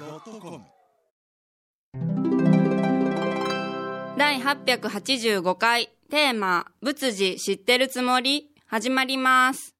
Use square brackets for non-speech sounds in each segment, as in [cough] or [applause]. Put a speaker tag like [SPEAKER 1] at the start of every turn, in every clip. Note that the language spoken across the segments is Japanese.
[SPEAKER 1] yosmir.com
[SPEAKER 2] 第885回テーマ「仏事知ってるつもり」始まります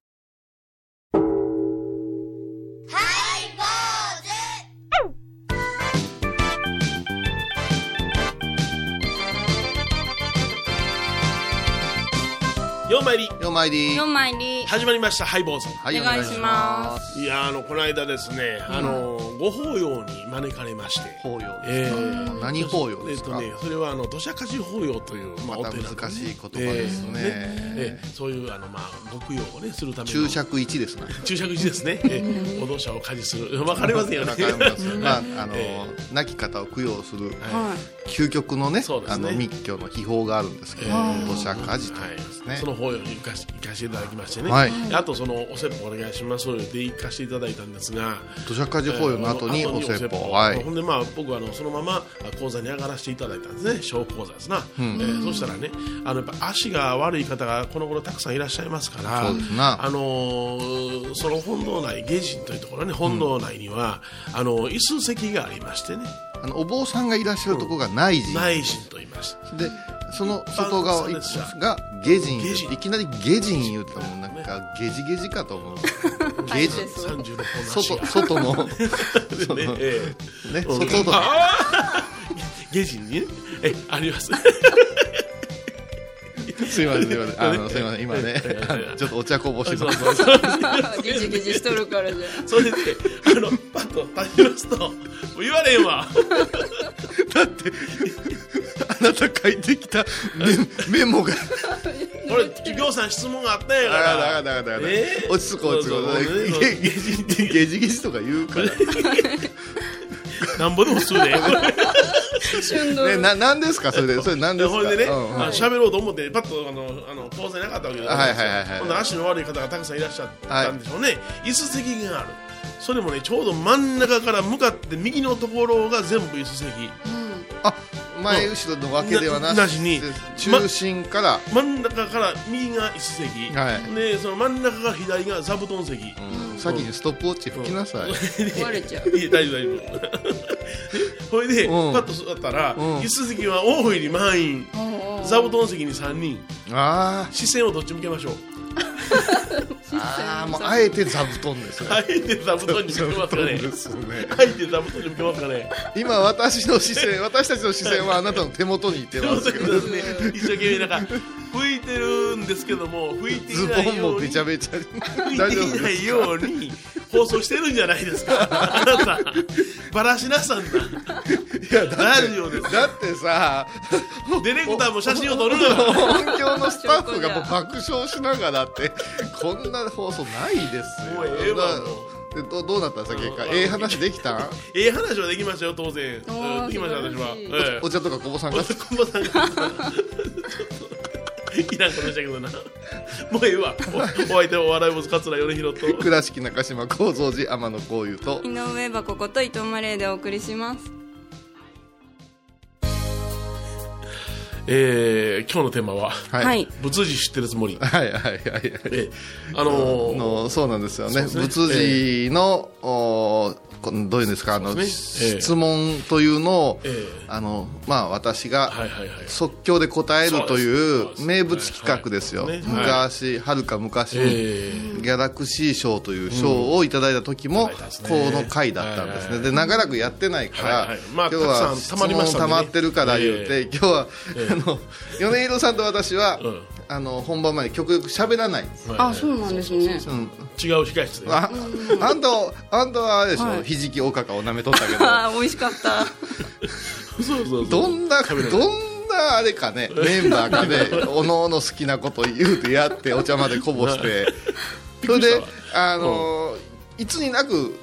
[SPEAKER 3] ようまいり
[SPEAKER 4] よ参り
[SPEAKER 2] 4枚に
[SPEAKER 3] 始まりましたハイボーズ
[SPEAKER 4] は
[SPEAKER 2] お願いしますす
[SPEAKER 3] いやーあのこの間ですね、あのご法要に招かれまして
[SPEAKER 4] 法要
[SPEAKER 3] ええ
[SPEAKER 4] 何法要
[SPEAKER 3] え
[SPEAKER 4] で
[SPEAKER 3] っ
[SPEAKER 4] す
[SPEAKER 3] と
[SPEAKER 4] か
[SPEAKER 3] ねそれはあの土砂火事法要という、ま
[SPEAKER 4] ま
[SPEAKER 3] あ、お
[SPEAKER 4] た
[SPEAKER 3] 寺のね
[SPEAKER 4] 難しい言葉ですね
[SPEAKER 3] ええええそういうあのまあ極用をねするための
[SPEAKER 4] 注釈一ですな
[SPEAKER 3] 注釈時ですね、え [laughs] え、お土砂を家事するわかりませんよね
[SPEAKER 4] わかりますよまああ
[SPEAKER 3] [laughs]
[SPEAKER 4] の
[SPEAKER 3] え
[SPEAKER 4] 亡き方を供養する
[SPEAKER 3] は
[SPEAKER 2] はい
[SPEAKER 4] 究極のね
[SPEAKER 3] そうですね
[SPEAKER 4] あの密教の秘宝があるんですけど
[SPEAKER 3] え
[SPEAKER 4] 土砂火事と
[SPEAKER 3] はいい
[SPEAKER 4] うんです
[SPEAKER 3] そ
[SPEAKER 4] ね
[SPEAKER 3] の法要に行かし行かせていただきましてね、
[SPEAKER 4] はい
[SPEAKER 3] あとそのお説法お願いしますで行かせていただいたんですが
[SPEAKER 4] 土砂火事法要の後に
[SPEAKER 3] あの
[SPEAKER 4] お説法
[SPEAKER 3] は、
[SPEAKER 4] はいい
[SPEAKER 3] ほんでまあ僕はあのそのまま講座に上がらせていただいたんですね小講座ですな、えーそしたらねあのやっぱ足が悪い方がこの頃たくさんいらっしゃいますから
[SPEAKER 4] そうですな
[SPEAKER 3] あのーその本堂内下人というところね本堂内には、あの椅子席がありましてね
[SPEAKER 4] あのお坊さんがいらっしゃるとこが内陣
[SPEAKER 3] 内陣と言いまして
[SPEAKER 4] でその外側
[SPEAKER 3] 一般参
[SPEAKER 4] が
[SPEAKER 3] 列者
[SPEAKER 4] 下陣
[SPEAKER 3] 下人
[SPEAKER 4] いきなり下陣言うともうなんかゲジゲジか
[SPEAKER 2] [laughs]
[SPEAKER 4] と思う下陣
[SPEAKER 3] 36本足
[SPEAKER 4] 外
[SPEAKER 3] が
[SPEAKER 4] 外の [laughs] ね
[SPEAKER 3] 外ね、えー [laughs]
[SPEAKER 4] 外
[SPEAKER 3] うん
[SPEAKER 4] の [laughs]
[SPEAKER 3] あー下人にねえあります
[SPEAKER 4] すいませんすいませんあのすいませ
[SPEAKER 3] [laughs]
[SPEAKER 4] ん今ねあのちょっとお茶こぼしの
[SPEAKER 2] ギジギジしとるからじゃ
[SPEAKER 3] それであのパッと立ちますともう言われんわ
[SPEAKER 4] [laughs] あなた書いてきた
[SPEAKER 3] [laughs]
[SPEAKER 4] メメモが
[SPEAKER 3] これ企業さん質問があったんやから
[SPEAKER 4] あだからだからだから
[SPEAKER 3] えー
[SPEAKER 4] 落ち着こう落ち着こ
[SPEAKER 3] そうそう
[SPEAKER 4] う
[SPEAKER 3] そう
[SPEAKER 4] ゲゲジゲジゲジとか言うから
[SPEAKER 3] なんぼでも普通で
[SPEAKER 2] 旬の
[SPEAKER 4] ねななんですかそれでそれなんですか
[SPEAKER 3] ほんでね
[SPEAKER 4] うんうん
[SPEAKER 3] あの喋、ろうと思ってパッとあのあの講座なかったわけじゃないですよ、
[SPEAKER 4] はいはいはいはい
[SPEAKER 3] ほんで足の悪い方がたくさんいらっしゃったんでしょうね、椅子席があるそれもねちょうど真ん中から向かって右のところが全部椅子席
[SPEAKER 4] あ前後ろのわけではな
[SPEAKER 3] ななしに
[SPEAKER 4] 中心から
[SPEAKER 3] 真ん中から右が椅子席、
[SPEAKER 4] はい
[SPEAKER 3] でその真ん中から左が座布団席、
[SPEAKER 4] 先にストップウォッチ吹きなさい
[SPEAKER 2] 壊れちゃう
[SPEAKER 3] [laughs] いや大丈夫大丈夫それで、
[SPEAKER 4] うん
[SPEAKER 3] パッと座ったら、
[SPEAKER 4] ん
[SPEAKER 3] 椅子席は大いに満員座布団席に3人
[SPEAKER 4] あ
[SPEAKER 3] 視線をどっち向けましょう
[SPEAKER 4] ーあーもうあえて座布団ですね
[SPEAKER 3] あえて座布団に向けますかね
[SPEAKER 4] ですね
[SPEAKER 3] あえて座布団に向けますかね
[SPEAKER 4] 今私の視線 [laughs] 私たちの視線はあなたの手元にいってま
[SPEAKER 3] [laughs]
[SPEAKER 4] すけど
[SPEAKER 3] そうですね一生懸命なんか吹いてるんですけども吹いて
[SPEAKER 4] ズ
[SPEAKER 3] いない
[SPEAKER 4] ボン
[SPEAKER 3] よ
[SPEAKER 4] も
[SPEAKER 3] うに
[SPEAKER 4] べちゃべちゃに
[SPEAKER 3] [laughs] 吹い
[SPEAKER 4] 大丈
[SPEAKER 3] て
[SPEAKER 4] 夫
[SPEAKER 3] い
[SPEAKER 4] で
[SPEAKER 3] な
[SPEAKER 4] す
[SPEAKER 3] いように放送してるんじゃないですかあなたバラしなさんだ
[SPEAKER 4] いやだっ
[SPEAKER 3] ラジオで
[SPEAKER 4] てだってさ
[SPEAKER 3] ディレクターも写真を撮るの
[SPEAKER 4] [laughs]
[SPEAKER 3] よ
[SPEAKER 4] 音響のスタッフがもう爆笑しながらってこんな放送ないですよ
[SPEAKER 3] もうええわ
[SPEAKER 4] な
[SPEAKER 3] も
[SPEAKER 4] でどどうなったんですか結果
[SPEAKER 3] うん
[SPEAKER 4] ええ話できたん
[SPEAKER 3] ええ話はできましたよ当然
[SPEAKER 2] ー
[SPEAKER 3] うんできました私は、
[SPEAKER 2] 素晴らしい
[SPEAKER 3] ええ
[SPEAKER 4] お茶とかこぼさんが
[SPEAKER 3] こんばんさんが。いらんことしたけどな。もうええわ。おお相手はお笑い坊主桂頼宏と。
[SPEAKER 4] 倉敷中島幸三寺天野幸雄
[SPEAKER 3] [laughs]
[SPEAKER 4] と
[SPEAKER 2] 井上箱こと伊藤マレーでお送りします
[SPEAKER 3] えー、今日のテーマは、
[SPEAKER 4] は
[SPEAKER 2] はいい
[SPEAKER 3] 仏事知ってるつもり。
[SPEAKER 4] はいはいはいはい
[SPEAKER 3] えー、あのー、
[SPEAKER 4] のそうなんですよね
[SPEAKER 3] そうですね
[SPEAKER 4] 仏事の、おこのどういうんですかあ
[SPEAKER 3] そ
[SPEAKER 4] の、
[SPEAKER 3] うですねええ
[SPEAKER 4] 質問というのを、
[SPEAKER 3] ええ
[SPEAKER 4] あのまあ、私が
[SPEAKER 3] はいはいはい。
[SPEAKER 4] 即興で答えると
[SPEAKER 3] そうで
[SPEAKER 4] い
[SPEAKER 3] す
[SPEAKER 4] う名物企画ですよ、
[SPEAKER 3] はいはいね
[SPEAKER 4] 昔はるか昔に、
[SPEAKER 3] え
[SPEAKER 4] ギャラクシー賞という賞をいただいた時も、
[SPEAKER 3] うんいただいたんです
[SPEAKER 4] こ
[SPEAKER 3] ね
[SPEAKER 4] の回だったんですね、
[SPEAKER 3] はい
[SPEAKER 4] で長らくやってないから、
[SPEAKER 3] はいはいまあ
[SPEAKER 4] 今日
[SPEAKER 3] た
[SPEAKER 4] は
[SPEAKER 3] くさ
[SPEAKER 4] 質
[SPEAKER 3] ん溜まりま
[SPEAKER 4] 問
[SPEAKER 3] したん
[SPEAKER 4] 溜
[SPEAKER 3] でね
[SPEAKER 4] まってるから言って、今日は、あの米広さんと私は、
[SPEAKER 3] うん
[SPEAKER 4] あの本番前に極力喋らない、
[SPEAKER 3] ーはい
[SPEAKER 2] あそうなんですね
[SPEAKER 3] 違う控室で。
[SPEAKER 4] ああんたあんたはあれでしょ、
[SPEAKER 2] はい
[SPEAKER 4] ひじきおかかを舐めとったけど
[SPEAKER 2] あー美味しかった
[SPEAKER 3] そうそうそう。
[SPEAKER 4] どんなど
[SPEAKER 3] 食べれ
[SPEAKER 4] ん
[SPEAKER 3] ない
[SPEAKER 4] なあれかねメンバーがねおのおの好きなこと言うてやってお茶までこぼしてそ
[SPEAKER 3] びっく
[SPEAKER 4] れで
[SPEAKER 3] りし
[SPEAKER 4] あのーいつになく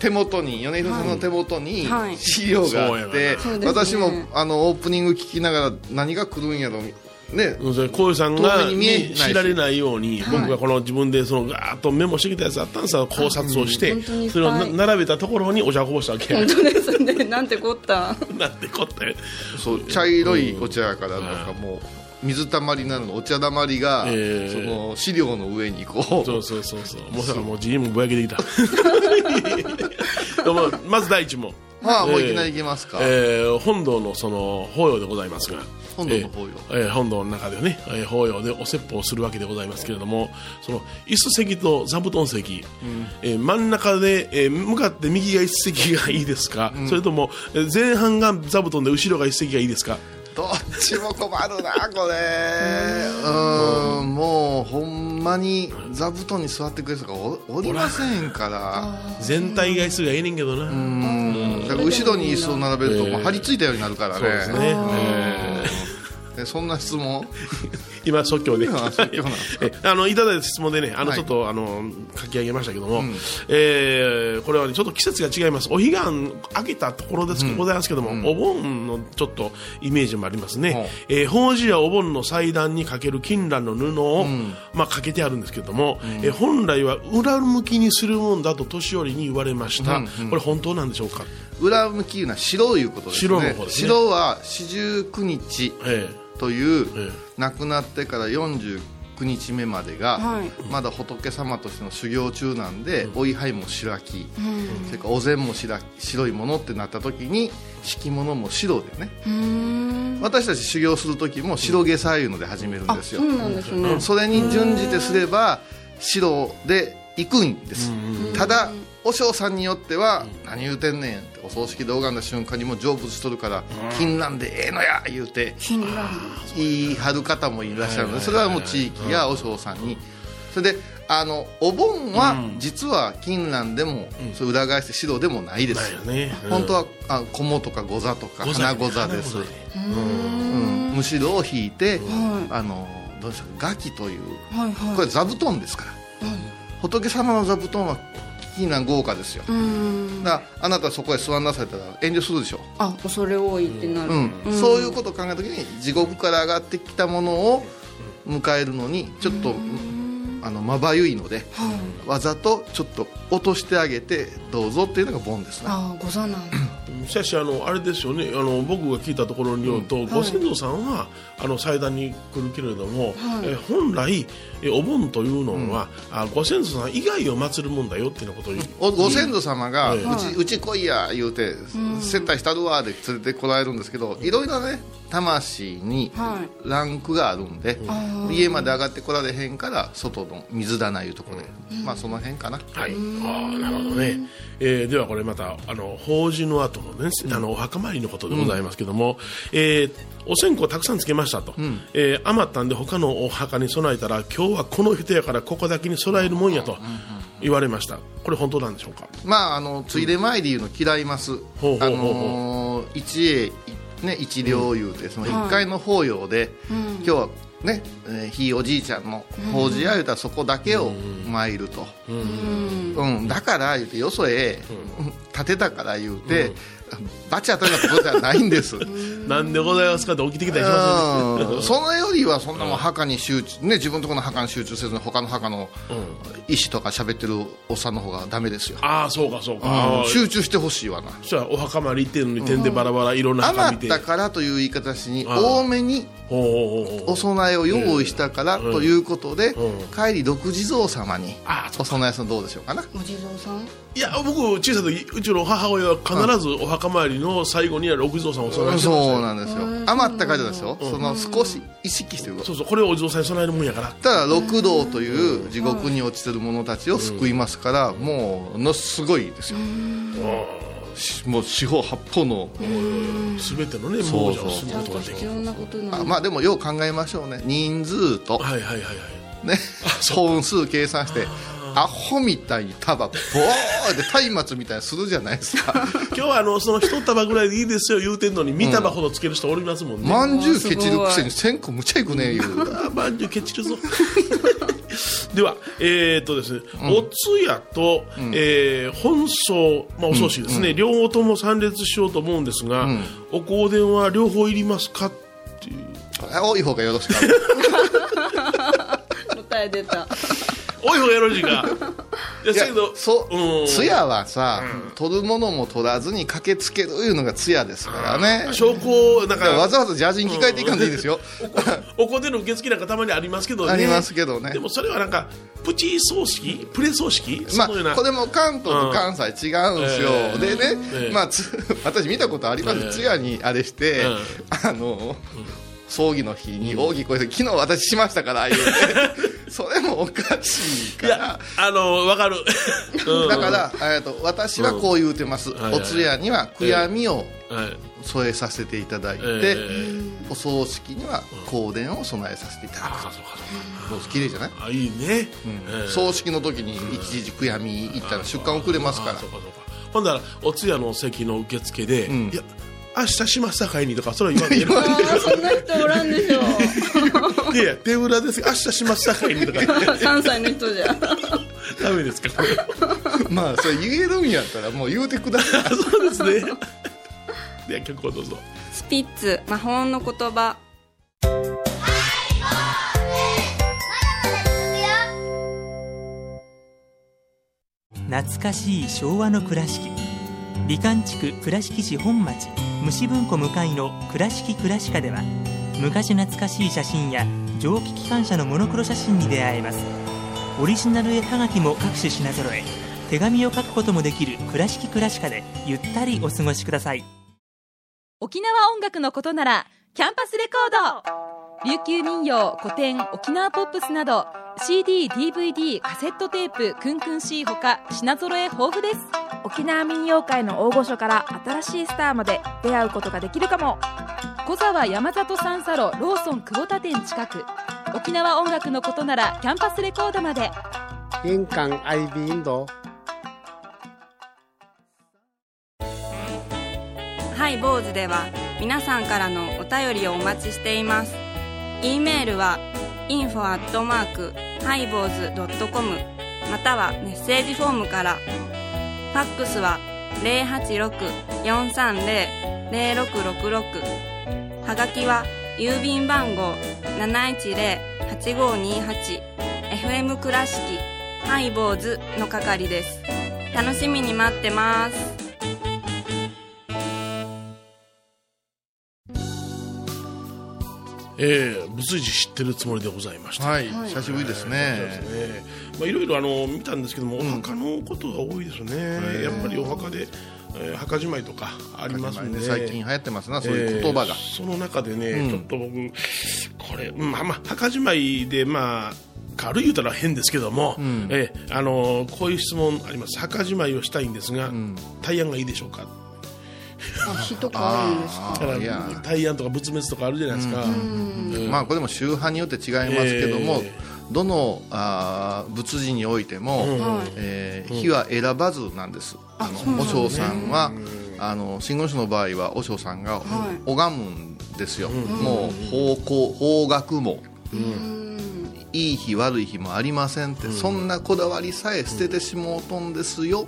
[SPEAKER 4] 手元に米広さんの手元に
[SPEAKER 2] はい
[SPEAKER 4] 資料があって、
[SPEAKER 2] そうやな
[SPEAKER 4] 私
[SPEAKER 2] そ
[SPEAKER 4] も
[SPEAKER 2] うですね
[SPEAKER 4] あのオープニング聞きながら何が来るんやろね
[SPEAKER 3] うんそれこういうさんが
[SPEAKER 4] 遠目に見えない
[SPEAKER 3] ね
[SPEAKER 4] し
[SPEAKER 3] 知られないように、僕がこの自分でそのガーッとメモしてきたやつあったんですよ考察をして、
[SPEAKER 2] 本当にいっぱい
[SPEAKER 3] それをな並べたところにお茶こぼしたわけや
[SPEAKER 2] 本当ですねなんてこった
[SPEAKER 3] なんてこったよ
[SPEAKER 4] そう茶色いお茶やからなんかもう水たまりなのお茶だまりが、
[SPEAKER 3] ええ
[SPEAKER 4] その資料の上にこう
[SPEAKER 3] そうそうそうそうもうだからもう GM ぼやけてきた [laughs] でもまず第一問
[SPEAKER 4] まあもういきなりいきますか、
[SPEAKER 3] えー本堂のその法要でございますが
[SPEAKER 4] 本堂の法要
[SPEAKER 3] えーえー本堂の中でね、えー法要でお説法をするわけでございますけれどもその椅子席と座布団席、えー真ん中で、えー向かって右が椅子席がいいですか、それともえー前半が座布団で後ろが椅子席がいいですか
[SPEAKER 4] どっちも困るなこれうーんもうほんまに座布団に座ってくれる人がおおりませんから
[SPEAKER 3] 全体が椅子がええねんけどな、
[SPEAKER 4] うんだから後ろに椅子を並べると、
[SPEAKER 3] ええ
[SPEAKER 4] もう張り付いたようになるから
[SPEAKER 3] そうですね、
[SPEAKER 4] ね
[SPEAKER 3] え
[SPEAKER 4] えそんな質問
[SPEAKER 3] ー今即興で
[SPEAKER 4] あそういうことなんですか
[SPEAKER 3] [laughs] えあのいただいた質問でね、あの
[SPEAKER 4] はい
[SPEAKER 3] ちょっと、あの書き上げましたけども、えーこれはね、ちょっと季節が違います、お彼岸明けたところです、ございますけども、お盆のちょっとイメージもありますね、えー法事やお盆の祭壇にかける金蘭の布を、まあ、かけてあるんですけども、えー本来は裏向きにするもんだと年寄りに言われました、これ、本当なんでしょうか。
[SPEAKER 4] 裏向きいうのは白いうことですね
[SPEAKER 3] 白の方ですね
[SPEAKER 4] 白は四十九日
[SPEAKER 3] えー
[SPEAKER 4] という、
[SPEAKER 3] ええ
[SPEAKER 4] 亡くなってから49日目までが、
[SPEAKER 2] はい
[SPEAKER 4] まだ仏様としての修行中なんで、お位牌も白き、それからお膳も白き白いものってなった時に敷物も白でね私たち修行する時も白下左右ので始めるんですよ、
[SPEAKER 2] そうなんですね。
[SPEAKER 4] それに準じてすれば白で行くんです、ただ和尚さんによっては「何言うてんねん」ってお葬式で拝んだ瞬間にもう成仏しとるから「金蘭でええのや」言うて
[SPEAKER 2] 金蘭。
[SPEAKER 4] 言い張る方もいらっしゃるのでそれはもう地域や和尚さんにそれであのお盆は実は金蘭でも、それ裏返して指導でもないで
[SPEAKER 3] だ
[SPEAKER 4] す、
[SPEAKER 3] よねうん
[SPEAKER 4] 本当はあ小もとか御座とか
[SPEAKER 3] ござ
[SPEAKER 4] 花御座です、
[SPEAKER 3] 花
[SPEAKER 4] うん、むしろを引いて、
[SPEAKER 2] は
[SPEAKER 4] あのどうでしょうガキという
[SPEAKER 2] はいはい。
[SPEAKER 4] これ座布団ですから、仏様の座布団は金蘭豪華ですよ、
[SPEAKER 2] うーん。
[SPEAKER 4] だからあなたそこへ座んなさいって言ったら遠慮するでしょ
[SPEAKER 2] あ、恐れ多いってなる。
[SPEAKER 4] うんそういうことを考えた時に地獄から上がってきたものを迎えるのにちょっとあのまばゆいので、わざとちょっと落としてあげてどうぞっていうのがボンですね
[SPEAKER 2] ああ、ござなんだ。
[SPEAKER 3] しかしあのあれですよねあの僕が聞いたところによると、ご先祖さんはあの祭壇に来るけれども、え本来えお盆というのは、あご先祖さん以外を祀るもんだよっていうようなことを言う
[SPEAKER 4] おご先祖様が、
[SPEAKER 3] ええ
[SPEAKER 4] うちうち来いや言うて、接待したるわで連れてこられるんですけどいろいろね魂に
[SPEAKER 2] は
[SPEAKER 4] ランクがあるんで、家まで上がってこられへんから外の水棚いうところで、まあその辺かな、
[SPEAKER 3] はい、ああなるほどね、えーではこれまたあの法事の後のね、あのお墓参りのことでございますけども、えーお線香たくさんつけましたと、えー余ったんで他のお墓に備えたら今日はこの人やからここだけに備えるもんやと言われましたこれ本当なんでしょうか
[SPEAKER 4] まああのついで前で言うの嫌います、
[SPEAKER 3] ほうほうほ
[SPEAKER 4] あ
[SPEAKER 3] うほう
[SPEAKER 4] のー一栄いね一両いうて、その一回の法要で、今日はね、えーひいおじいちゃんの法事や言うたらそこだけを参ると、うんだから言うてよそへ、建てたから言うて、バチ当たるようなことじゃないん
[SPEAKER 3] [laughs]
[SPEAKER 4] です。
[SPEAKER 3] なんでございますかって起きてきたりしま
[SPEAKER 4] うんそれよりはそんなもん墓に集中、ね、自分のところの墓に集中せずに他の墓の医師とか喋ってるおっさんの方がダメですよ、
[SPEAKER 3] すああそうかそうか、
[SPEAKER 4] うん集中してほしいわな
[SPEAKER 3] そしたらお墓参り行ってるのに点でバラバラいろんな墓見
[SPEAKER 4] 余
[SPEAKER 3] て、
[SPEAKER 4] ったからという言い方しに
[SPEAKER 3] ああ
[SPEAKER 4] 多めに
[SPEAKER 3] ほうほうほうほ
[SPEAKER 4] お
[SPEAKER 3] う
[SPEAKER 4] 供えを用意したからということで
[SPEAKER 3] うん
[SPEAKER 4] 帰り独自蔵様に
[SPEAKER 3] あ
[SPEAKER 4] お供えするのどうでしょうかな
[SPEAKER 2] お地蔵さん。
[SPEAKER 3] いや僕小さい時うちの母親は必ずお墓参りの最後には六蔵さんをお供えしてました
[SPEAKER 4] そう
[SPEAKER 3] よ
[SPEAKER 4] なんですよ余ったからじゃないですよその少し意識してること
[SPEAKER 3] そうそうこれをお地蔵さんに備えるもんやから
[SPEAKER 4] ただ六道という地獄に落ちてる者たちを救いますからもうものすごいですよしもう四方八方の
[SPEAKER 3] 全てのね
[SPEAKER 4] そ
[SPEAKER 3] 亡者
[SPEAKER 4] うそう
[SPEAKER 3] をする
[SPEAKER 2] ちゃ
[SPEAKER 3] こ
[SPEAKER 2] ん
[SPEAKER 3] と
[SPEAKER 2] と
[SPEAKER 3] ができ
[SPEAKER 2] 必
[SPEAKER 3] る
[SPEAKER 2] 要なことな
[SPEAKER 4] あ
[SPEAKER 2] ん
[SPEAKER 4] まあでもよう考えましょうね人数と
[SPEAKER 3] はいはいはいはい
[SPEAKER 4] ね、本数計算してアホみたいに束ボーって松明みたいにするじゃないです
[SPEAKER 3] [laughs]
[SPEAKER 4] か
[SPEAKER 3] 今日はあのその一束ぐらいでいいですよ言うてんのに見束ほどつける人おりますもんね、
[SPEAKER 4] まんじゅうケチるくせに1000個むちゃいくね言う
[SPEAKER 3] あまんじゅうケチるぞ [laughs] ではえーっとですね、お通夜と、えー本葬、まあ、お葬式ですね、両方とも参列しようと思うんですが、お香典は両方いりますかっていう
[SPEAKER 4] 多い方がよろしか
[SPEAKER 3] [laughs]
[SPEAKER 4] った
[SPEAKER 2] 答え出た。
[SPEAKER 3] おいほうがよろしいかや
[SPEAKER 4] いや
[SPEAKER 3] せやけど
[SPEAKER 4] そ
[SPEAKER 3] うん
[SPEAKER 4] 通夜はさ、取るものも取らずに駆けつけるいうのが通夜ですからね
[SPEAKER 3] 証拠なん
[SPEAKER 4] だからわ
[SPEAKER 3] か
[SPEAKER 4] ざわざジャージに着替えていかんでいいですよ、
[SPEAKER 3] おこでの受付なんかたまにありますけどね
[SPEAKER 4] ありますけどね
[SPEAKER 3] でもそれはなんかプチ葬式プレ葬式
[SPEAKER 4] ま
[SPEAKER 3] そのよう
[SPEAKER 4] あ、
[SPEAKER 3] な
[SPEAKER 4] これも関東と関西違うんですよ、
[SPEAKER 3] うん
[SPEAKER 4] でね、
[SPEAKER 3] ええ
[SPEAKER 4] まあ、つ [laughs] 私見たことあります、
[SPEAKER 3] ええ
[SPEAKER 4] 通夜にあれして、
[SPEAKER 3] うん
[SPEAKER 4] あの葬儀の日に大きい声で「昨日私しましたから」言うて [laughs] それもおかしい
[SPEAKER 3] い
[SPEAKER 4] か
[SPEAKER 3] や
[SPEAKER 4] ら。
[SPEAKER 3] あのわかるうん
[SPEAKER 4] [laughs] だから、えー、と私はこう言うてます、
[SPEAKER 3] はいはい
[SPEAKER 4] お通夜には悔やみを
[SPEAKER 3] はい
[SPEAKER 4] 添えさせていただいて、
[SPEAKER 3] え
[SPEAKER 4] お葬式には香典を備えさせていただ
[SPEAKER 3] あ
[SPEAKER 4] く
[SPEAKER 3] そうかそうか
[SPEAKER 4] どうぞ綺麗じゃない、
[SPEAKER 3] あいいね、ええ
[SPEAKER 4] 葬式の時に一時悔やみ行ったら出棺遅れますか
[SPEAKER 3] あ
[SPEAKER 4] ら
[SPEAKER 3] そうかそうかほんだらお通夜の席の受付で、
[SPEAKER 4] ん
[SPEAKER 3] いや明日しますさかいにとかそれは言われ
[SPEAKER 4] [laughs] 言わ
[SPEAKER 2] あーそんな人おらんでしょ
[SPEAKER 3] いやいや手裏です明日しますさかい
[SPEAKER 4] [laughs]
[SPEAKER 3] にとか
[SPEAKER 2] 関西の人じゃ
[SPEAKER 3] ダメですかこれ
[SPEAKER 4] まあそれ言えるんやったらもう言うてくだ [laughs] さい
[SPEAKER 3] そうですねでは曲をどうぞ
[SPEAKER 2] スピッツ魔法の言葉
[SPEAKER 1] 懐かしい昭和の倉敷美観地区倉敷市本町虫文庫向かいの「倉敷倉歯科」では昔懐かしい写真や蒸気機関車のモノクロ写真に出会えますオリジナル絵はがきも各種品揃え手紙を書くこともできる「倉敷倉歯科」でゆったりお過ごしください
[SPEAKER 5] 沖縄音楽のことならキャンパスレコード琉球民謡古典沖縄ポップスなど CDDVD カセットテープクンクン C ほか品揃え豊富です
[SPEAKER 6] 沖縄民謡界の大御所から新しいスターまで出会うことができるかも
[SPEAKER 5] 小沢山里三佐路ローソン久保田店近く沖縄音楽のことならキャンパスレコードまで
[SPEAKER 7] 印港 IB 印度。
[SPEAKER 2] ハイ坊主では皆さんからのお便りをお待ちしています。e メールは info アットマークハイ坊主ドットコムまたはメッセージフォームから。ファックスは086-430-0666はがきは郵便番号710-8528 FM 倉敷ハイ坊主の係です。楽しみに待ってます。
[SPEAKER 3] ええ無筋知ってるつもりでございました
[SPEAKER 4] はい久しぶりですね
[SPEAKER 3] ねまあ、いろいろあの見たんですけども、
[SPEAKER 4] うん
[SPEAKER 3] お墓のことが多いですね、
[SPEAKER 4] ー
[SPEAKER 3] やっぱりお墓で、えー墓じまいとかありますんで、
[SPEAKER 4] 最近流行ってますなそういう言葉
[SPEAKER 3] え
[SPEAKER 4] が
[SPEAKER 3] ー、その中でね、
[SPEAKER 4] うん
[SPEAKER 3] ちょっと僕これまあまあ墓じまいでまあ軽い言うたら変ですけども、
[SPEAKER 4] ん
[SPEAKER 3] えーあのーこういう質問あります墓じまいをしたいんですが、
[SPEAKER 4] ん
[SPEAKER 3] 大安がいいでしょうか
[SPEAKER 2] 火とかあるんです
[SPEAKER 4] あ
[SPEAKER 3] だから
[SPEAKER 4] あいや
[SPEAKER 3] 大安とか仏滅とかあるじゃないですか、うん
[SPEAKER 4] まあこれも宗派によって違いますけども、
[SPEAKER 3] ええ
[SPEAKER 4] どのあー仏事においても、えー火は選ばずなんです、あの和尚さんは、あの真言宗の場合は和尚さんが拝むんですよ、もう方向方角も、いい日悪い日もありませんって、そんなこだわりさえ捨ててしもうとんですよ、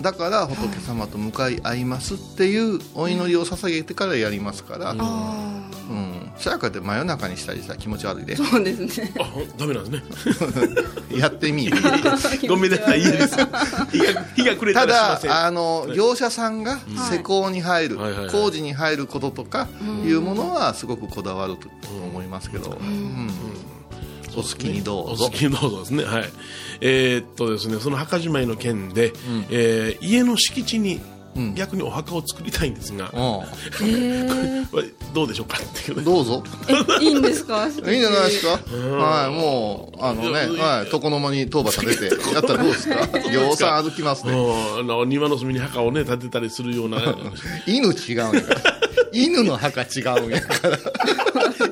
[SPEAKER 4] だから仏様と向かい合いますっていうお祈りを捧げてからやりますから、うん、そやかって真夜中にしたりしたら気持ち悪いで
[SPEAKER 2] そうですね。
[SPEAKER 3] あほんダメなんですね
[SPEAKER 4] やって [laughs] みい
[SPEAKER 3] ごめんなさいいいです日が日が暮れた
[SPEAKER 4] た
[SPEAKER 3] らしません
[SPEAKER 4] だあの業者さんが施工に入る、
[SPEAKER 3] はいはいはい
[SPEAKER 4] 工事に入ることとかいうものはすごくこだわると思いますけど、うんお好きにどう
[SPEAKER 3] お
[SPEAKER 4] ぞ
[SPEAKER 3] 好きにどうぞですね。はい。えーっとですね、その墓じまいの件で、えー家の敷地に
[SPEAKER 4] ん
[SPEAKER 3] 逆にお墓を作りたいんですが、
[SPEAKER 4] う
[SPEAKER 3] これどうでしょうかっていうんね。
[SPEAKER 4] どうぞ
[SPEAKER 2] いいんですか。いいん
[SPEAKER 4] [laughs] いいんじゃないですか、はい、もうあのね、はい、床の間に当場立て [laughs] てやったらどうですか量産歩きますね
[SPEAKER 3] うんあの庭の隅に墓をね建てたりするような
[SPEAKER 4] 犬違 [laughs] うんやから犬の墓違うんやから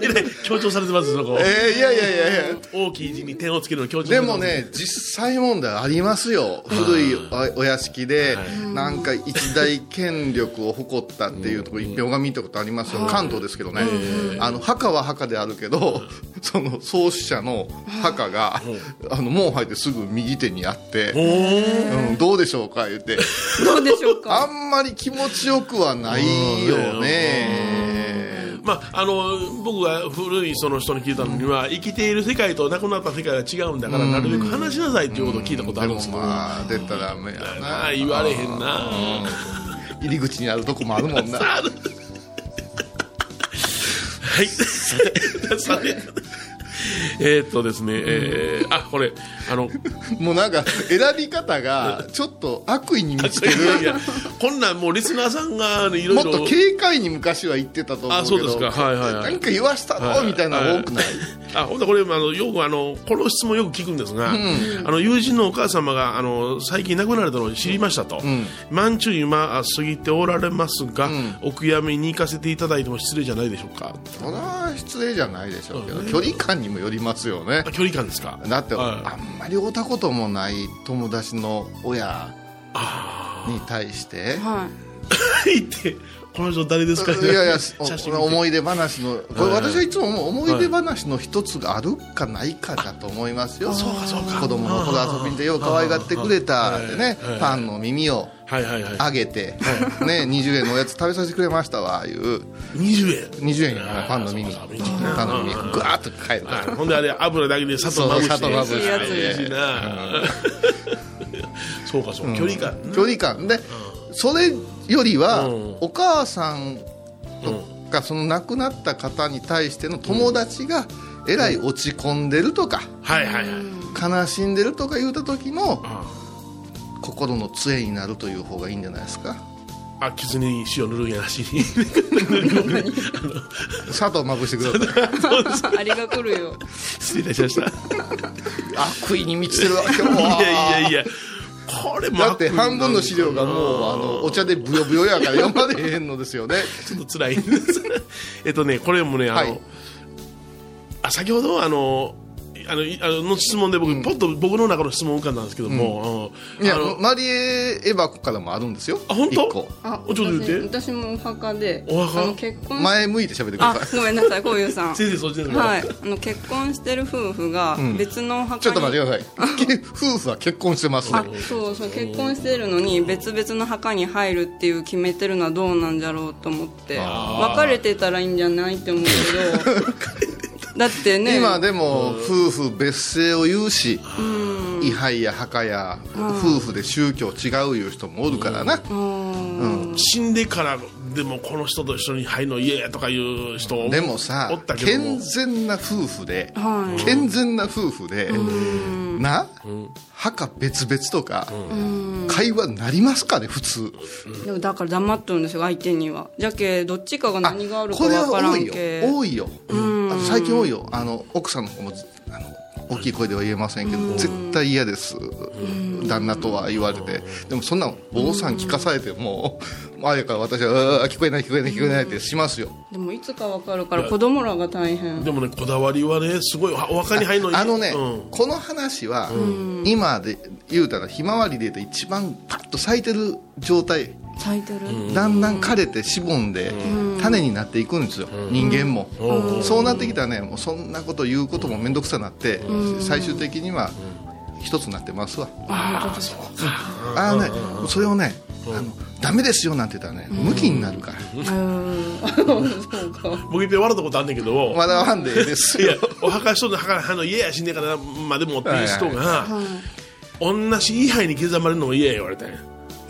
[SPEAKER 3] えらい強調されてますそこ、
[SPEAKER 4] [laughs] えーいやいやいやいや
[SPEAKER 3] 大きい字に点をつけるの強調されて
[SPEAKER 4] で
[SPEAKER 3] ま
[SPEAKER 4] も
[SPEAKER 3] す
[SPEAKER 4] ね、実際問題ありますよ、古いおお屋敷で、なんか一大権力を誇ったっていうところ、一票が見たことありますよ、関東ですけどね、あの墓は墓であるけど、その創始者の墓が、あの門入ってすぐ右手にあって、うんどうでしょうか、言って、
[SPEAKER 2] どうでしょうか。
[SPEAKER 4] あんまり気持ちよくはないよね。
[SPEAKER 3] まあ、あの僕が古いその人に聞いたのには、生きている世界と亡くなった世界は違うんだから、なるべく話しなさいっていうことを聞いたことあるんですけど、あ
[SPEAKER 4] まあ出たらダメやな
[SPEAKER 3] あ言われへんな、
[SPEAKER 4] 入り口にあるとこもあるもんな
[SPEAKER 3] はい。さてえーっとですね、えー、あ、これ、あの、
[SPEAKER 4] [laughs] もうなんか選び方がちょっと悪意に満ちて
[SPEAKER 3] い
[SPEAKER 4] る
[SPEAKER 3] やこんなんもうリスナーさんがいろいろ。
[SPEAKER 4] もっと軽快に昔は言ってたと思うけど
[SPEAKER 3] あそうですかはいはいはい
[SPEAKER 4] なんか言わした
[SPEAKER 3] はい
[SPEAKER 4] ろみたいなの多くない、
[SPEAKER 3] あほんとこれあのよくあのこの質問よく聞くんですが、あの友人のお母様があの最近亡くなられたのを知りましたと、満中今あ過ぎておられますが、お悔やみに行かせていただいても失礼じゃないでしょうか
[SPEAKER 4] それは失礼じゃないでしょうけど距離感にもよりますよね
[SPEAKER 3] あ距離感ですか
[SPEAKER 4] だって、
[SPEAKER 3] はい
[SPEAKER 4] あんまり会ったこともない友達の親に対して
[SPEAKER 2] は
[SPEAKER 3] 言ってこの人誰ですか
[SPEAKER 4] いやいやお
[SPEAKER 3] 写真見て
[SPEAKER 4] 思い出話のこれ私はいつも思う思い出話の一つがあるかないかだと思いますよ、
[SPEAKER 3] そうかそうか
[SPEAKER 4] 子供の頃遊びにでよう可愛がってくれたってね
[SPEAKER 3] はい
[SPEAKER 4] パンの耳を
[SPEAKER 3] はいはいは
[SPEAKER 4] あげて、ね、20円のおやつ食べさせてくれましたわいう
[SPEAKER 3] い20円
[SPEAKER 4] 20円やからパンの耳
[SPEAKER 3] そう
[SPEAKER 4] パ
[SPEAKER 3] そ
[SPEAKER 4] ン
[SPEAKER 3] う
[SPEAKER 4] の耳ぐわーっと帰るか
[SPEAKER 3] あ
[SPEAKER 4] ら
[SPEAKER 3] ほんであれ油だけで砂糖ま
[SPEAKER 4] そう
[SPEAKER 3] ぶして
[SPEAKER 4] 砂糖まぶし
[SPEAKER 2] い
[SPEAKER 4] て
[SPEAKER 2] いやつ
[SPEAKER 3] 嬉しいな [laughs] そうかそうか距離感
[SPEAKER 4] 距離感でそれよりは
[SPEAKER 3] うん
[SPEAKER 4] お母さんとかその亡くなった方に対しての友達がえらい落ち込んでるとか
[SPEAKER 3] はいはいはい
[SPEAKER 4] 悲しんでるとか言うた時の心の杖になるという方がいいんじゃないですか
[SPEAKER 3] あ傷に塩塗るんやなしに [laughs]
[SPEAKER 4] 砂糖まぶしてくださ
[SPEAKER 2] い。あ
[SPEAKER 4] い
[SPEAKER 2] りが来るよ。
[SPEAKER 3] 失礼いたしました
[SPEAKER 4] 悪意に満ちてるわ今日は
[SPEAKER 3] [laughs] やい
[SPEAKER 4] い
[SPEAKER 3] やいやこれも
[SPEAKER 4] だって
[SPEAKER 3] 悪意なん
[SPEAKER 4] 半分の資料がもうあのお茶でブヨブヨやから読まれへんのですよね
[SPEAKER 3] ちょっと辛いんですえっとねこれもねあの、
[SPEAKER 4] はい
[SPEAKER 3] あ先ほどあのあのいあのの質問で僕、ポッと僕の中の質問浮かんだんですけども、 [laughs] あの
[SPEAKER 4] いや
[SPEAKER 3] あの
[SPEAKER 4] マリエ・エバコからもあるんですよ
[SPEAKER 3] あ本
[SPEAKER 4] 一個
[SPEAKER 3] 当
[SPEAKER 2] あ
[SPEAKER 3] おちょっと言って
[SPEAKER 2] 私私もお墓で、
[SPEAKER 3] お墓
[SPEAKER 2] あの結婚し
[SPEAKER 4] 前向いて喋ってくだ
[SPEAKER 2] あ
[SPEAKER 4] さい、
[SPEAKER 2] ごめんなさい、こういう
[SPEAKER 4] [laughs]
[SPEAKER 2] さん。
[SPEAKER 3] 先生そっちです
[SPEAKER 2] はい、あの結婚してる夫婦が別のお墓に、
[SPEAKER 4] ちょっと待ってください [laughs] 夫婦は結婚してます
[SPEAKER 2] あそうそう結婚してるのに別々の墓に入るっていう決めてるのはどうなんじゃろうと思って別れてたらいいんじゃないって思うけ
[SPEAKER 4] [laughs]
[SPEAKER 2] どだってね
[SPEAKER 4] 今でも夫婦別姓を言うし位牌や墓や夫婦で宗教違ういう人もおるからな
[SPEAKER 3] 死んでからでもこの人と一緒に入るの嫌やとかいう人も
[SPEAKER 4] でも
[SPEAKER 3] お
[SPEAKER 4] さ
[SPEAKER 3] ったけども
[SPEAKER 4] 健全な夫婦で
[SPEAKER 2] はい
[SPEAKER 4] 健全な夫婦でな墓別々とか会話なりますかね普通
[SPEAKER 2] でもだから黙っとるんですよ相手にはじゃけどっちかが
[SPEAKER 4] あ
[SPEAKER 2] 何があるか
[SPEAKER 4] これは
[SPEAKER 2] わから
[SPEAKER 4] 多
[SPEAKER 2] ん
[SPEAKER 4] いよ
[SPEAKER 2] け
[SPEAKER 4] 多いよあの最近多いよあの奥さんの方もあの大きい声では言えませんけど絶対嫌です旦那とは言われてでもそんなの坊さん聞かされてもあやから私はあー聞こえない聞こえない聞こえないってしますよ
[SPEAKER 2] でもいつかわかるから子供らが大変
[SPEAKER 3] でもねこだわりはねすごいおお墓に入るのに
[SPEAKER 4] あのね、
[SPEAKER 3] うん
[SPEAKER 4] この話は、今で言うたらひまわりで言うと一番パッと咲いてる状態
[SPEAKER 2] 咲いてる、
[SPEAKER 4] だんだん枯れてしぼんで種になっていくんですよ、人間も、そうなってきたらねもうそんなこと言うことも面倒くさなって、最終的には一つになってますわ、ああね、それをねあのダメですよなんて言ったらね向きになるから、
[SPEAKER 2] そうか
[SPEAKER 3] 僕言って笑ったことあんねんけども、
[SPEAKER 4] まだわんでいいです [laughs]
[SPEAKER 3] いや
[SPEAKER 4] よ
[SPEAKER 3] お墓しとんの墓に入るの嫌や死んでからまでもっていう人が同じ位牌に刻まれるのも嫌や言われたんや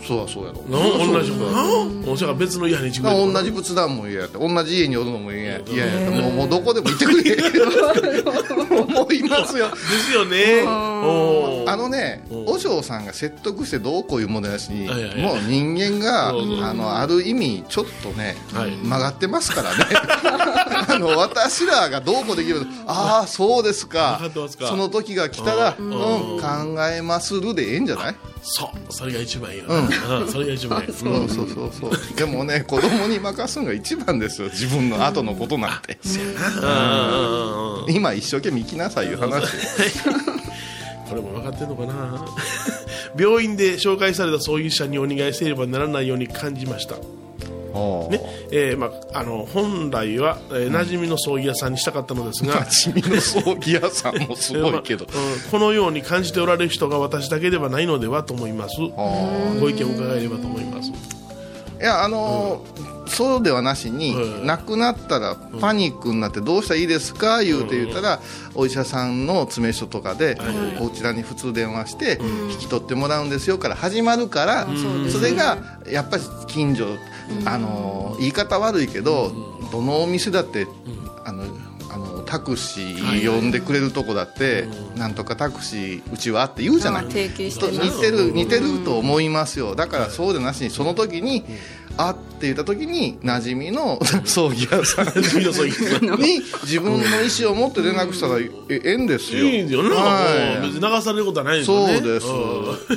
[SPEAKER 4] そうはそうやろ
[SPEAKER 3] な同じことなもうそれから別の位牌に自分
[SPEAKER 4] 同じ仏壇も嫌やって同じ家におるのも嫌や嫌やってもうもうどこでも行ってく [laughs] れ思いますよ
[SPEAKER 3] ですよねおー
[SPEAKER 4] あのね和尚さんが説得してどうこういうものやしに
[SPEAKER 3] はいはいはい
[SPEAKER 4] もう人間が
[SPEAKER 3] そうそう
[SPEAKER 4] あのある意味ちょっとね
[SPEAKER 3] はい
[SPEAKER 4] 曲がってますから
[SPEAKER 3] [laughs]
[SPEAKER 4] ねあの私らがどうこうできるああそうですか
[SPEAKER 3] 分かってますか
[SPEAKER 4] その時が来たらうん考えまするでええんじゃない
[SPEAKER 3] そうそれが一番いいよな [laughs] うんそれが一番いい
[SPEAKER 4] そうそうそうそうでもね子供に任すのが一番ですよ自分の後のことなんて今一生懸命生きなさいいう話
[SPEAKER 3] これも分かってんのかな [laughs] 病院で紹介されたそういう医者にお願いせねばならないように感じました、
[SPEAKER 4] を [laughs]
[SPEAKER 3] ねえーまあ、あの本来は、えー馴染みの葬儀屋さんにしたかったのですが、
[SPEAKER 4] 立ち見の葬儀屋さんもすごいけど
[SPEAKER 3] えーまあうんこのように感じておられる人が私だけではないのではと思いますご意見を伺えればと思います
[SPEAKER 4] いやあのーそうではなしに、
[SPEAKER 3] うん
[SPEAKER 4] 亡くなったらパニックになってどうしたらいいですか言うて言ったら、お医者さんの詰め所とかで、こちらに普通電話して、引き取ってもらうんですよから始まるから、それがやっぱり近所、あの言い方悪いけど、どのお店だって、あのあのタクシー呼んでくれるとこだって、なんとかタクシーうちはって言うじゃない。
[SPEAKER 2] あ提携し
[SPEAKER 4] と
[SPEAKER 2] て
[SPEAKER 4] 似てる似てると思いますよだからそうでなしにその時に「あ」って言った時に馴染みの [laughs] 葬儀屋さん
[SPEAKER 3] 皆さんいい
[SPEAKER 4] に自分の意思を持って連絡したらえええんですよ。
[SPEAKER 3] いんだよな、
[SPEAKER 4] はい
[SPEAKER 3] もう別に流されることはないんです
[SPEAKER 4] そ
[SPEAKER 3] よね
[SPEAKER 4] うで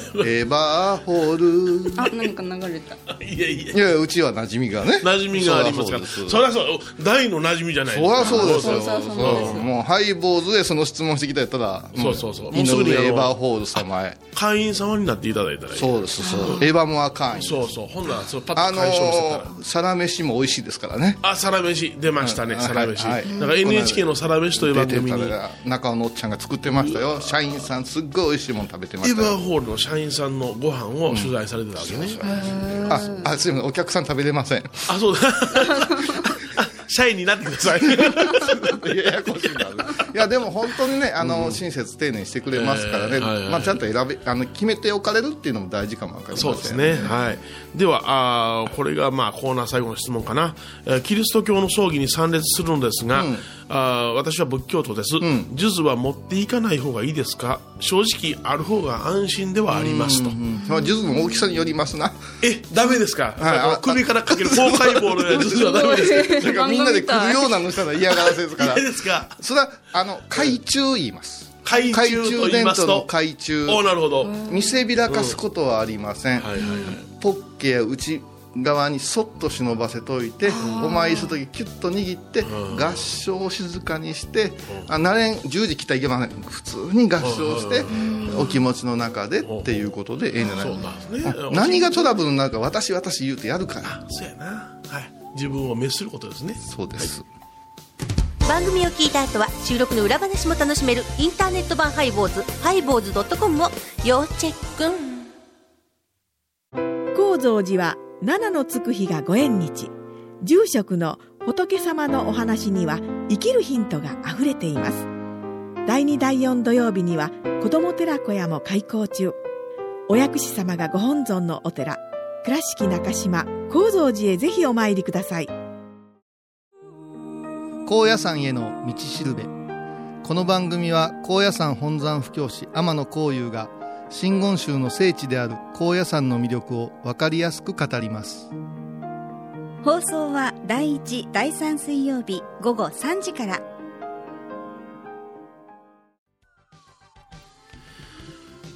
[SPEAKER 4] す。エバーホール。
[SPEAKER 2] あなんか流れた
[SPEAKER 3] うんいやいや
[SPEAKER 4] いやうちは馴染みがね。
[SPEAKER 3] 馴染みがありますから
[SPEAKER 4] そ
[SPEAKER 3] そ
[SPEAKER 4] り
[SPEAKER 3] りゃそう大の馴染みじゃない
[SPEAKER 4] ゃそうです
[SPEAKER 2] そ
[SPEAKER 4] よ。
[SPEAKER 2] うそうそう
[SPEAKER 4] そうもうハイボーズでその質問してきたやったら、
[SPEAKER 3] そうそうそう
[SPEAKER 4] もうすぐに
[SPEAKER 3] もうすぐにあの
[SPEAKER 4] エバーホール様へ。
[SPEAKER 3] 会員様になっていただいたらいい
[SPEAKER 4] そうです。そう。エバもあかん。
[SPEAKER 3] そうそうほんならそのパ
[SPEAKER 4] あ
[SPEAKER 3] ッと
[SPEAKER 4] の
[SPEAKER 3] 解消してたら、
[SPEAKER 4] ー、サラメシも美味しいですからね。
[SPEAKER 3] あ、サラメシ出ましたね、
[SPEAKER 4] うん
[SPEAKER 3] サラメシ。
[SPEAKER 4] はいはい
[SPEAKER 3] だから NHK のサラメシという
[SPEAKER 4] 出
[SPEAKER 3] 番
[SPEAKER 4] て
[SPEAKER 3] 組
[SPEAKER 4] た
[SPEAKER 3] に、エヴ
[SPEAKER 4] ら中尾のおっちゃんが作ってましたよ社員さんすっごい美味しいもの食べてまし
[SPEAKER 3] ァ
[SPEAKER 4] た
[SPEAKER 3] ー
[SPEAKER 4] よ
[SPEAKER 3] ホールの社員さんのご飯を取材されてたわけね。
[SPEAKER 4] ああすいませんお客さん食べれません
[SPEAKER 3] あ、そうだ。あ社員になってくだ
[SPEAKER 4] [laughs]
[SPEAKER 3] さい。
[SPEAKER 4] [laughs] ややこしいないやでも本当にねあの、親切丁寧にしてくれますからね、
[SPEAKER 3] えーはいはいはい
[SPEAKER 4] まあ、ちゃんと選べあの決めておかれるっていうのも大事かもわかりません
[SPEAKER 3] そうですね。はい。では、あーこれがまあコーナー最後の質問かな。えーキリスト教の葬儀に参列するのですが、あー私は仏教徒です。数珠は持っていかない方がいいですか正直、ある方が安心ではありますと。
[SPEAKER 4] まあ、ジュズの大きさによりますな
[SPEAKER 3] え、ダメですか、
[SPEAKER 4] い
[SPEAKER 3] あの首からかける高解棒のやつはダメですか
[SPEAKER 4] それからみんなで来るようなのしたら嫌がらせですから
[SPEAKER 3] ダメですか
[SPEAKER 4] それはあの懐中言います
[SPEAKER 3] 懐中と言いますと
[SPEAKER 4] 懐中伝統
[SPEAKER 3] お
[SPEAKER 4] の
[SPEAKER 3] な
[SPEAKER 4] 懐中
[SPEAKER 3] るほど、
[SPEAKER 4] 見せびらかすことはありません、
[SPEAKER 3] はいはいはい
[SPEAKER 4] ポッケや内側にそっと忍ばせといてお参りする時キュッと握って合掌を静かにしてあなれん10時来たらいけません普通に合掌してお気持ちの中でっていうことでええんじゃない
[SPEAKER 3] そうなんですね
[SPEAKER 4] うん何がトラブルになるか私私言うてやるから
[SPEAKER 3] そうやなはい自分を滅することですね
[SPEAKER 4] そうです、
[SPEAKER 8] 番組を聞いた後は収録の裏話も楽しめるインターネット版ハイボーズハイボーズドットコムを要チェック
[SPEAKER 9] 高蔵寺は七のつく日がご縁日住職の仏様のお話には生きるヒントがあふれています第2第4土曜日には子ども寺小屋も開校中お薬師様がご本尊のお寺倉敷中島・高蔵寺へぜひお参りください
[SPEAKER 4] 高野山への道しるべこの番組は高野山本山布教師天野幸雄が真言宗の聖地である高野山の魅力を分かりやすく語ります
[SPEAKER 8] 放送は第1第3水曜日午後3時から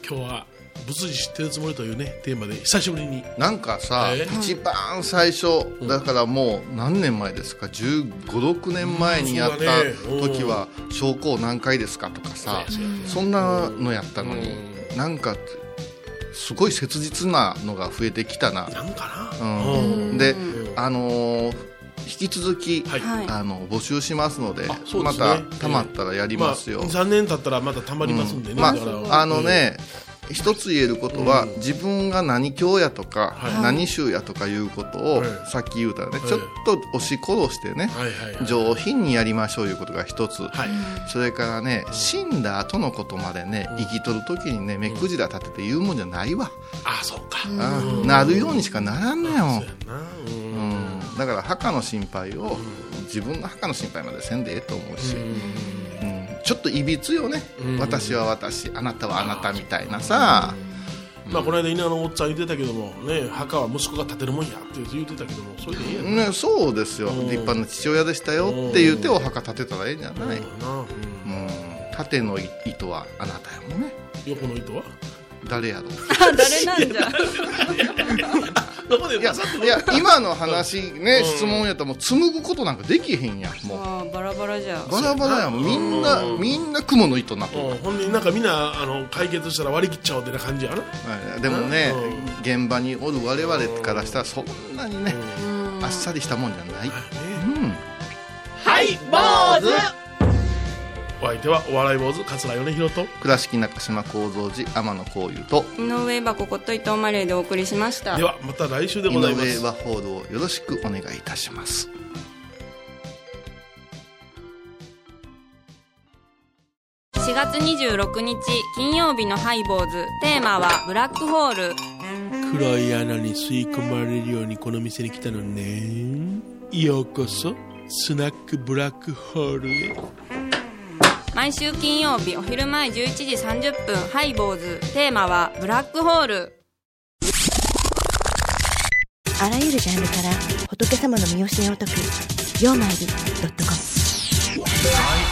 [SPEAKER 3] 今日は仏事知ってるつもりというねテーマで久しぶりに
[SPEAKER 4] なんかさ、
[SPEAKER 3] えー
[SPEAKER 4] 一番最初だからもう何年前ですか1 5六6年前にやった
[SPEAKER 3] そうだねうん
[SPEAKER 4] 時は「証拠何回ですか?」とかさそんなのやったのになんかすごい切実なのが増えてきたな、
[SPEAKER 3] なんか
[SPEAKER 4] う
[SPEAKER 3] な、
[SPEAKER 4] ん
[SPEAKER 2] うん
[SPEAKER 4] であのー引き続き、
[SPEAKER 3] はい、
[SPEAKER 2] はい
[SPEAKER 4] あの募集しますので
[SPEAKER 3] あそうで
[SPEAKER 4] ます
[SPEAKER 3] ね
[SPEAKER 4] たたまったらやりますよ、
[SPEAKER 3] まあ、3年経ったらまたたまりますんでね、
[SPEAKER 4] ま
[SPEAKER 3] だから
[SPEAKER 4] あ、あのね、一つ言えることは、自分が何教やとか、
[SPEAKER 3] はい
[SPEAKER 4] 何宗やとかいうことを、
[SPEAKER 3] はい
[SPEAKER 4] さっき言うたらね、
[SPEAKER 3] はい
[SPEAKER 4] ちょっと押し殺してね、
[SPEAKER 3] はいはいはい
[SPEAKER 4] 上品にやりましょういうことが一つ、
[SPEAKER 3] はい
[SPEAKER 4] それからね死んだ後のことまでね生きとる時にね目くじら立てて言うもんじゃないわ、
[SPEAKER 3] あそうか、
[SPEAKER 4] ああなるようにしかならんのよ、
[SPEAKER 3] そうやなうん
[SPEAKER 4] うんだから墓の心配を、自分の墓の心配までせんでええと思うし、うんちょっといびつよね、私は私あなたはあなたみたいなさ、
[SPEAKER 3] まあこの間稲のおっちゃん言ってたけどもね墓は息子が建てるもんやって言ってたけどもそれでいいやな、
[SPEAKER 4] ね、そうですよ、立派な父親でしたよって言ってお墓建てたらええんじゃない、うん
[SPEAKER 3] うん
[SPEAKER 4] 縦の糸はあなたやもんね
[SPEAKER 3] 横の糸は
[SPEAKER 4] 誰 [laughs] やろ
[SPEAKER 2] あ誰なんじゃ
[SPEAKER 3] どこで
[SPEAKER 4] いやいや今の話ね、質問やったらもう紡ぐことなんかできへんやんもう
[SPEAKER 2] [laughs] あーバラバラじゃ
[SPEAKER 4] バラバラやもんみんな、みんな雲の糸になってる
[SPEAKER 3] うん、ほんでなんかみんなあの解決したら割り切っちゃおうってな感じやな
[SPEAKER 4] はいでもね、現場におる我々からしたらそんなにね、あっさりしたもんじゃない、うん、
[SPEAKER 3] はい坊主お相手はお笑い坊主桂米宏と
[SPEAKER 4] 倉敷中島幸三寺天野幸雄と
[SPEAKER 2] 井上箱こと伊藤マレーでお送りしました
[SPEAKER 3] ではまた来週で
[SPEAKER 4] 井
[SPEAKER 3] ございま
[SPEAKER 4] 上
[SPEAKER 3] す
[SPEAKER 4] 和報道をよろしくお願いいたします
[SPEAKER 2] 4月26日金曜日のハイボーズテーマはブラックホール
[SPEAKER 3] 黒い穴に吸い込まれるようにこの店に来たのねようこそスナックブラックホールへ
[SPEAKER 2] 毎週金曜日お昼前11時30分ハイボーズテーマはブラックホール
[SPEAKER 10] あらゆるジャンルから仏様の身教えを解く「曜マイルドットコム」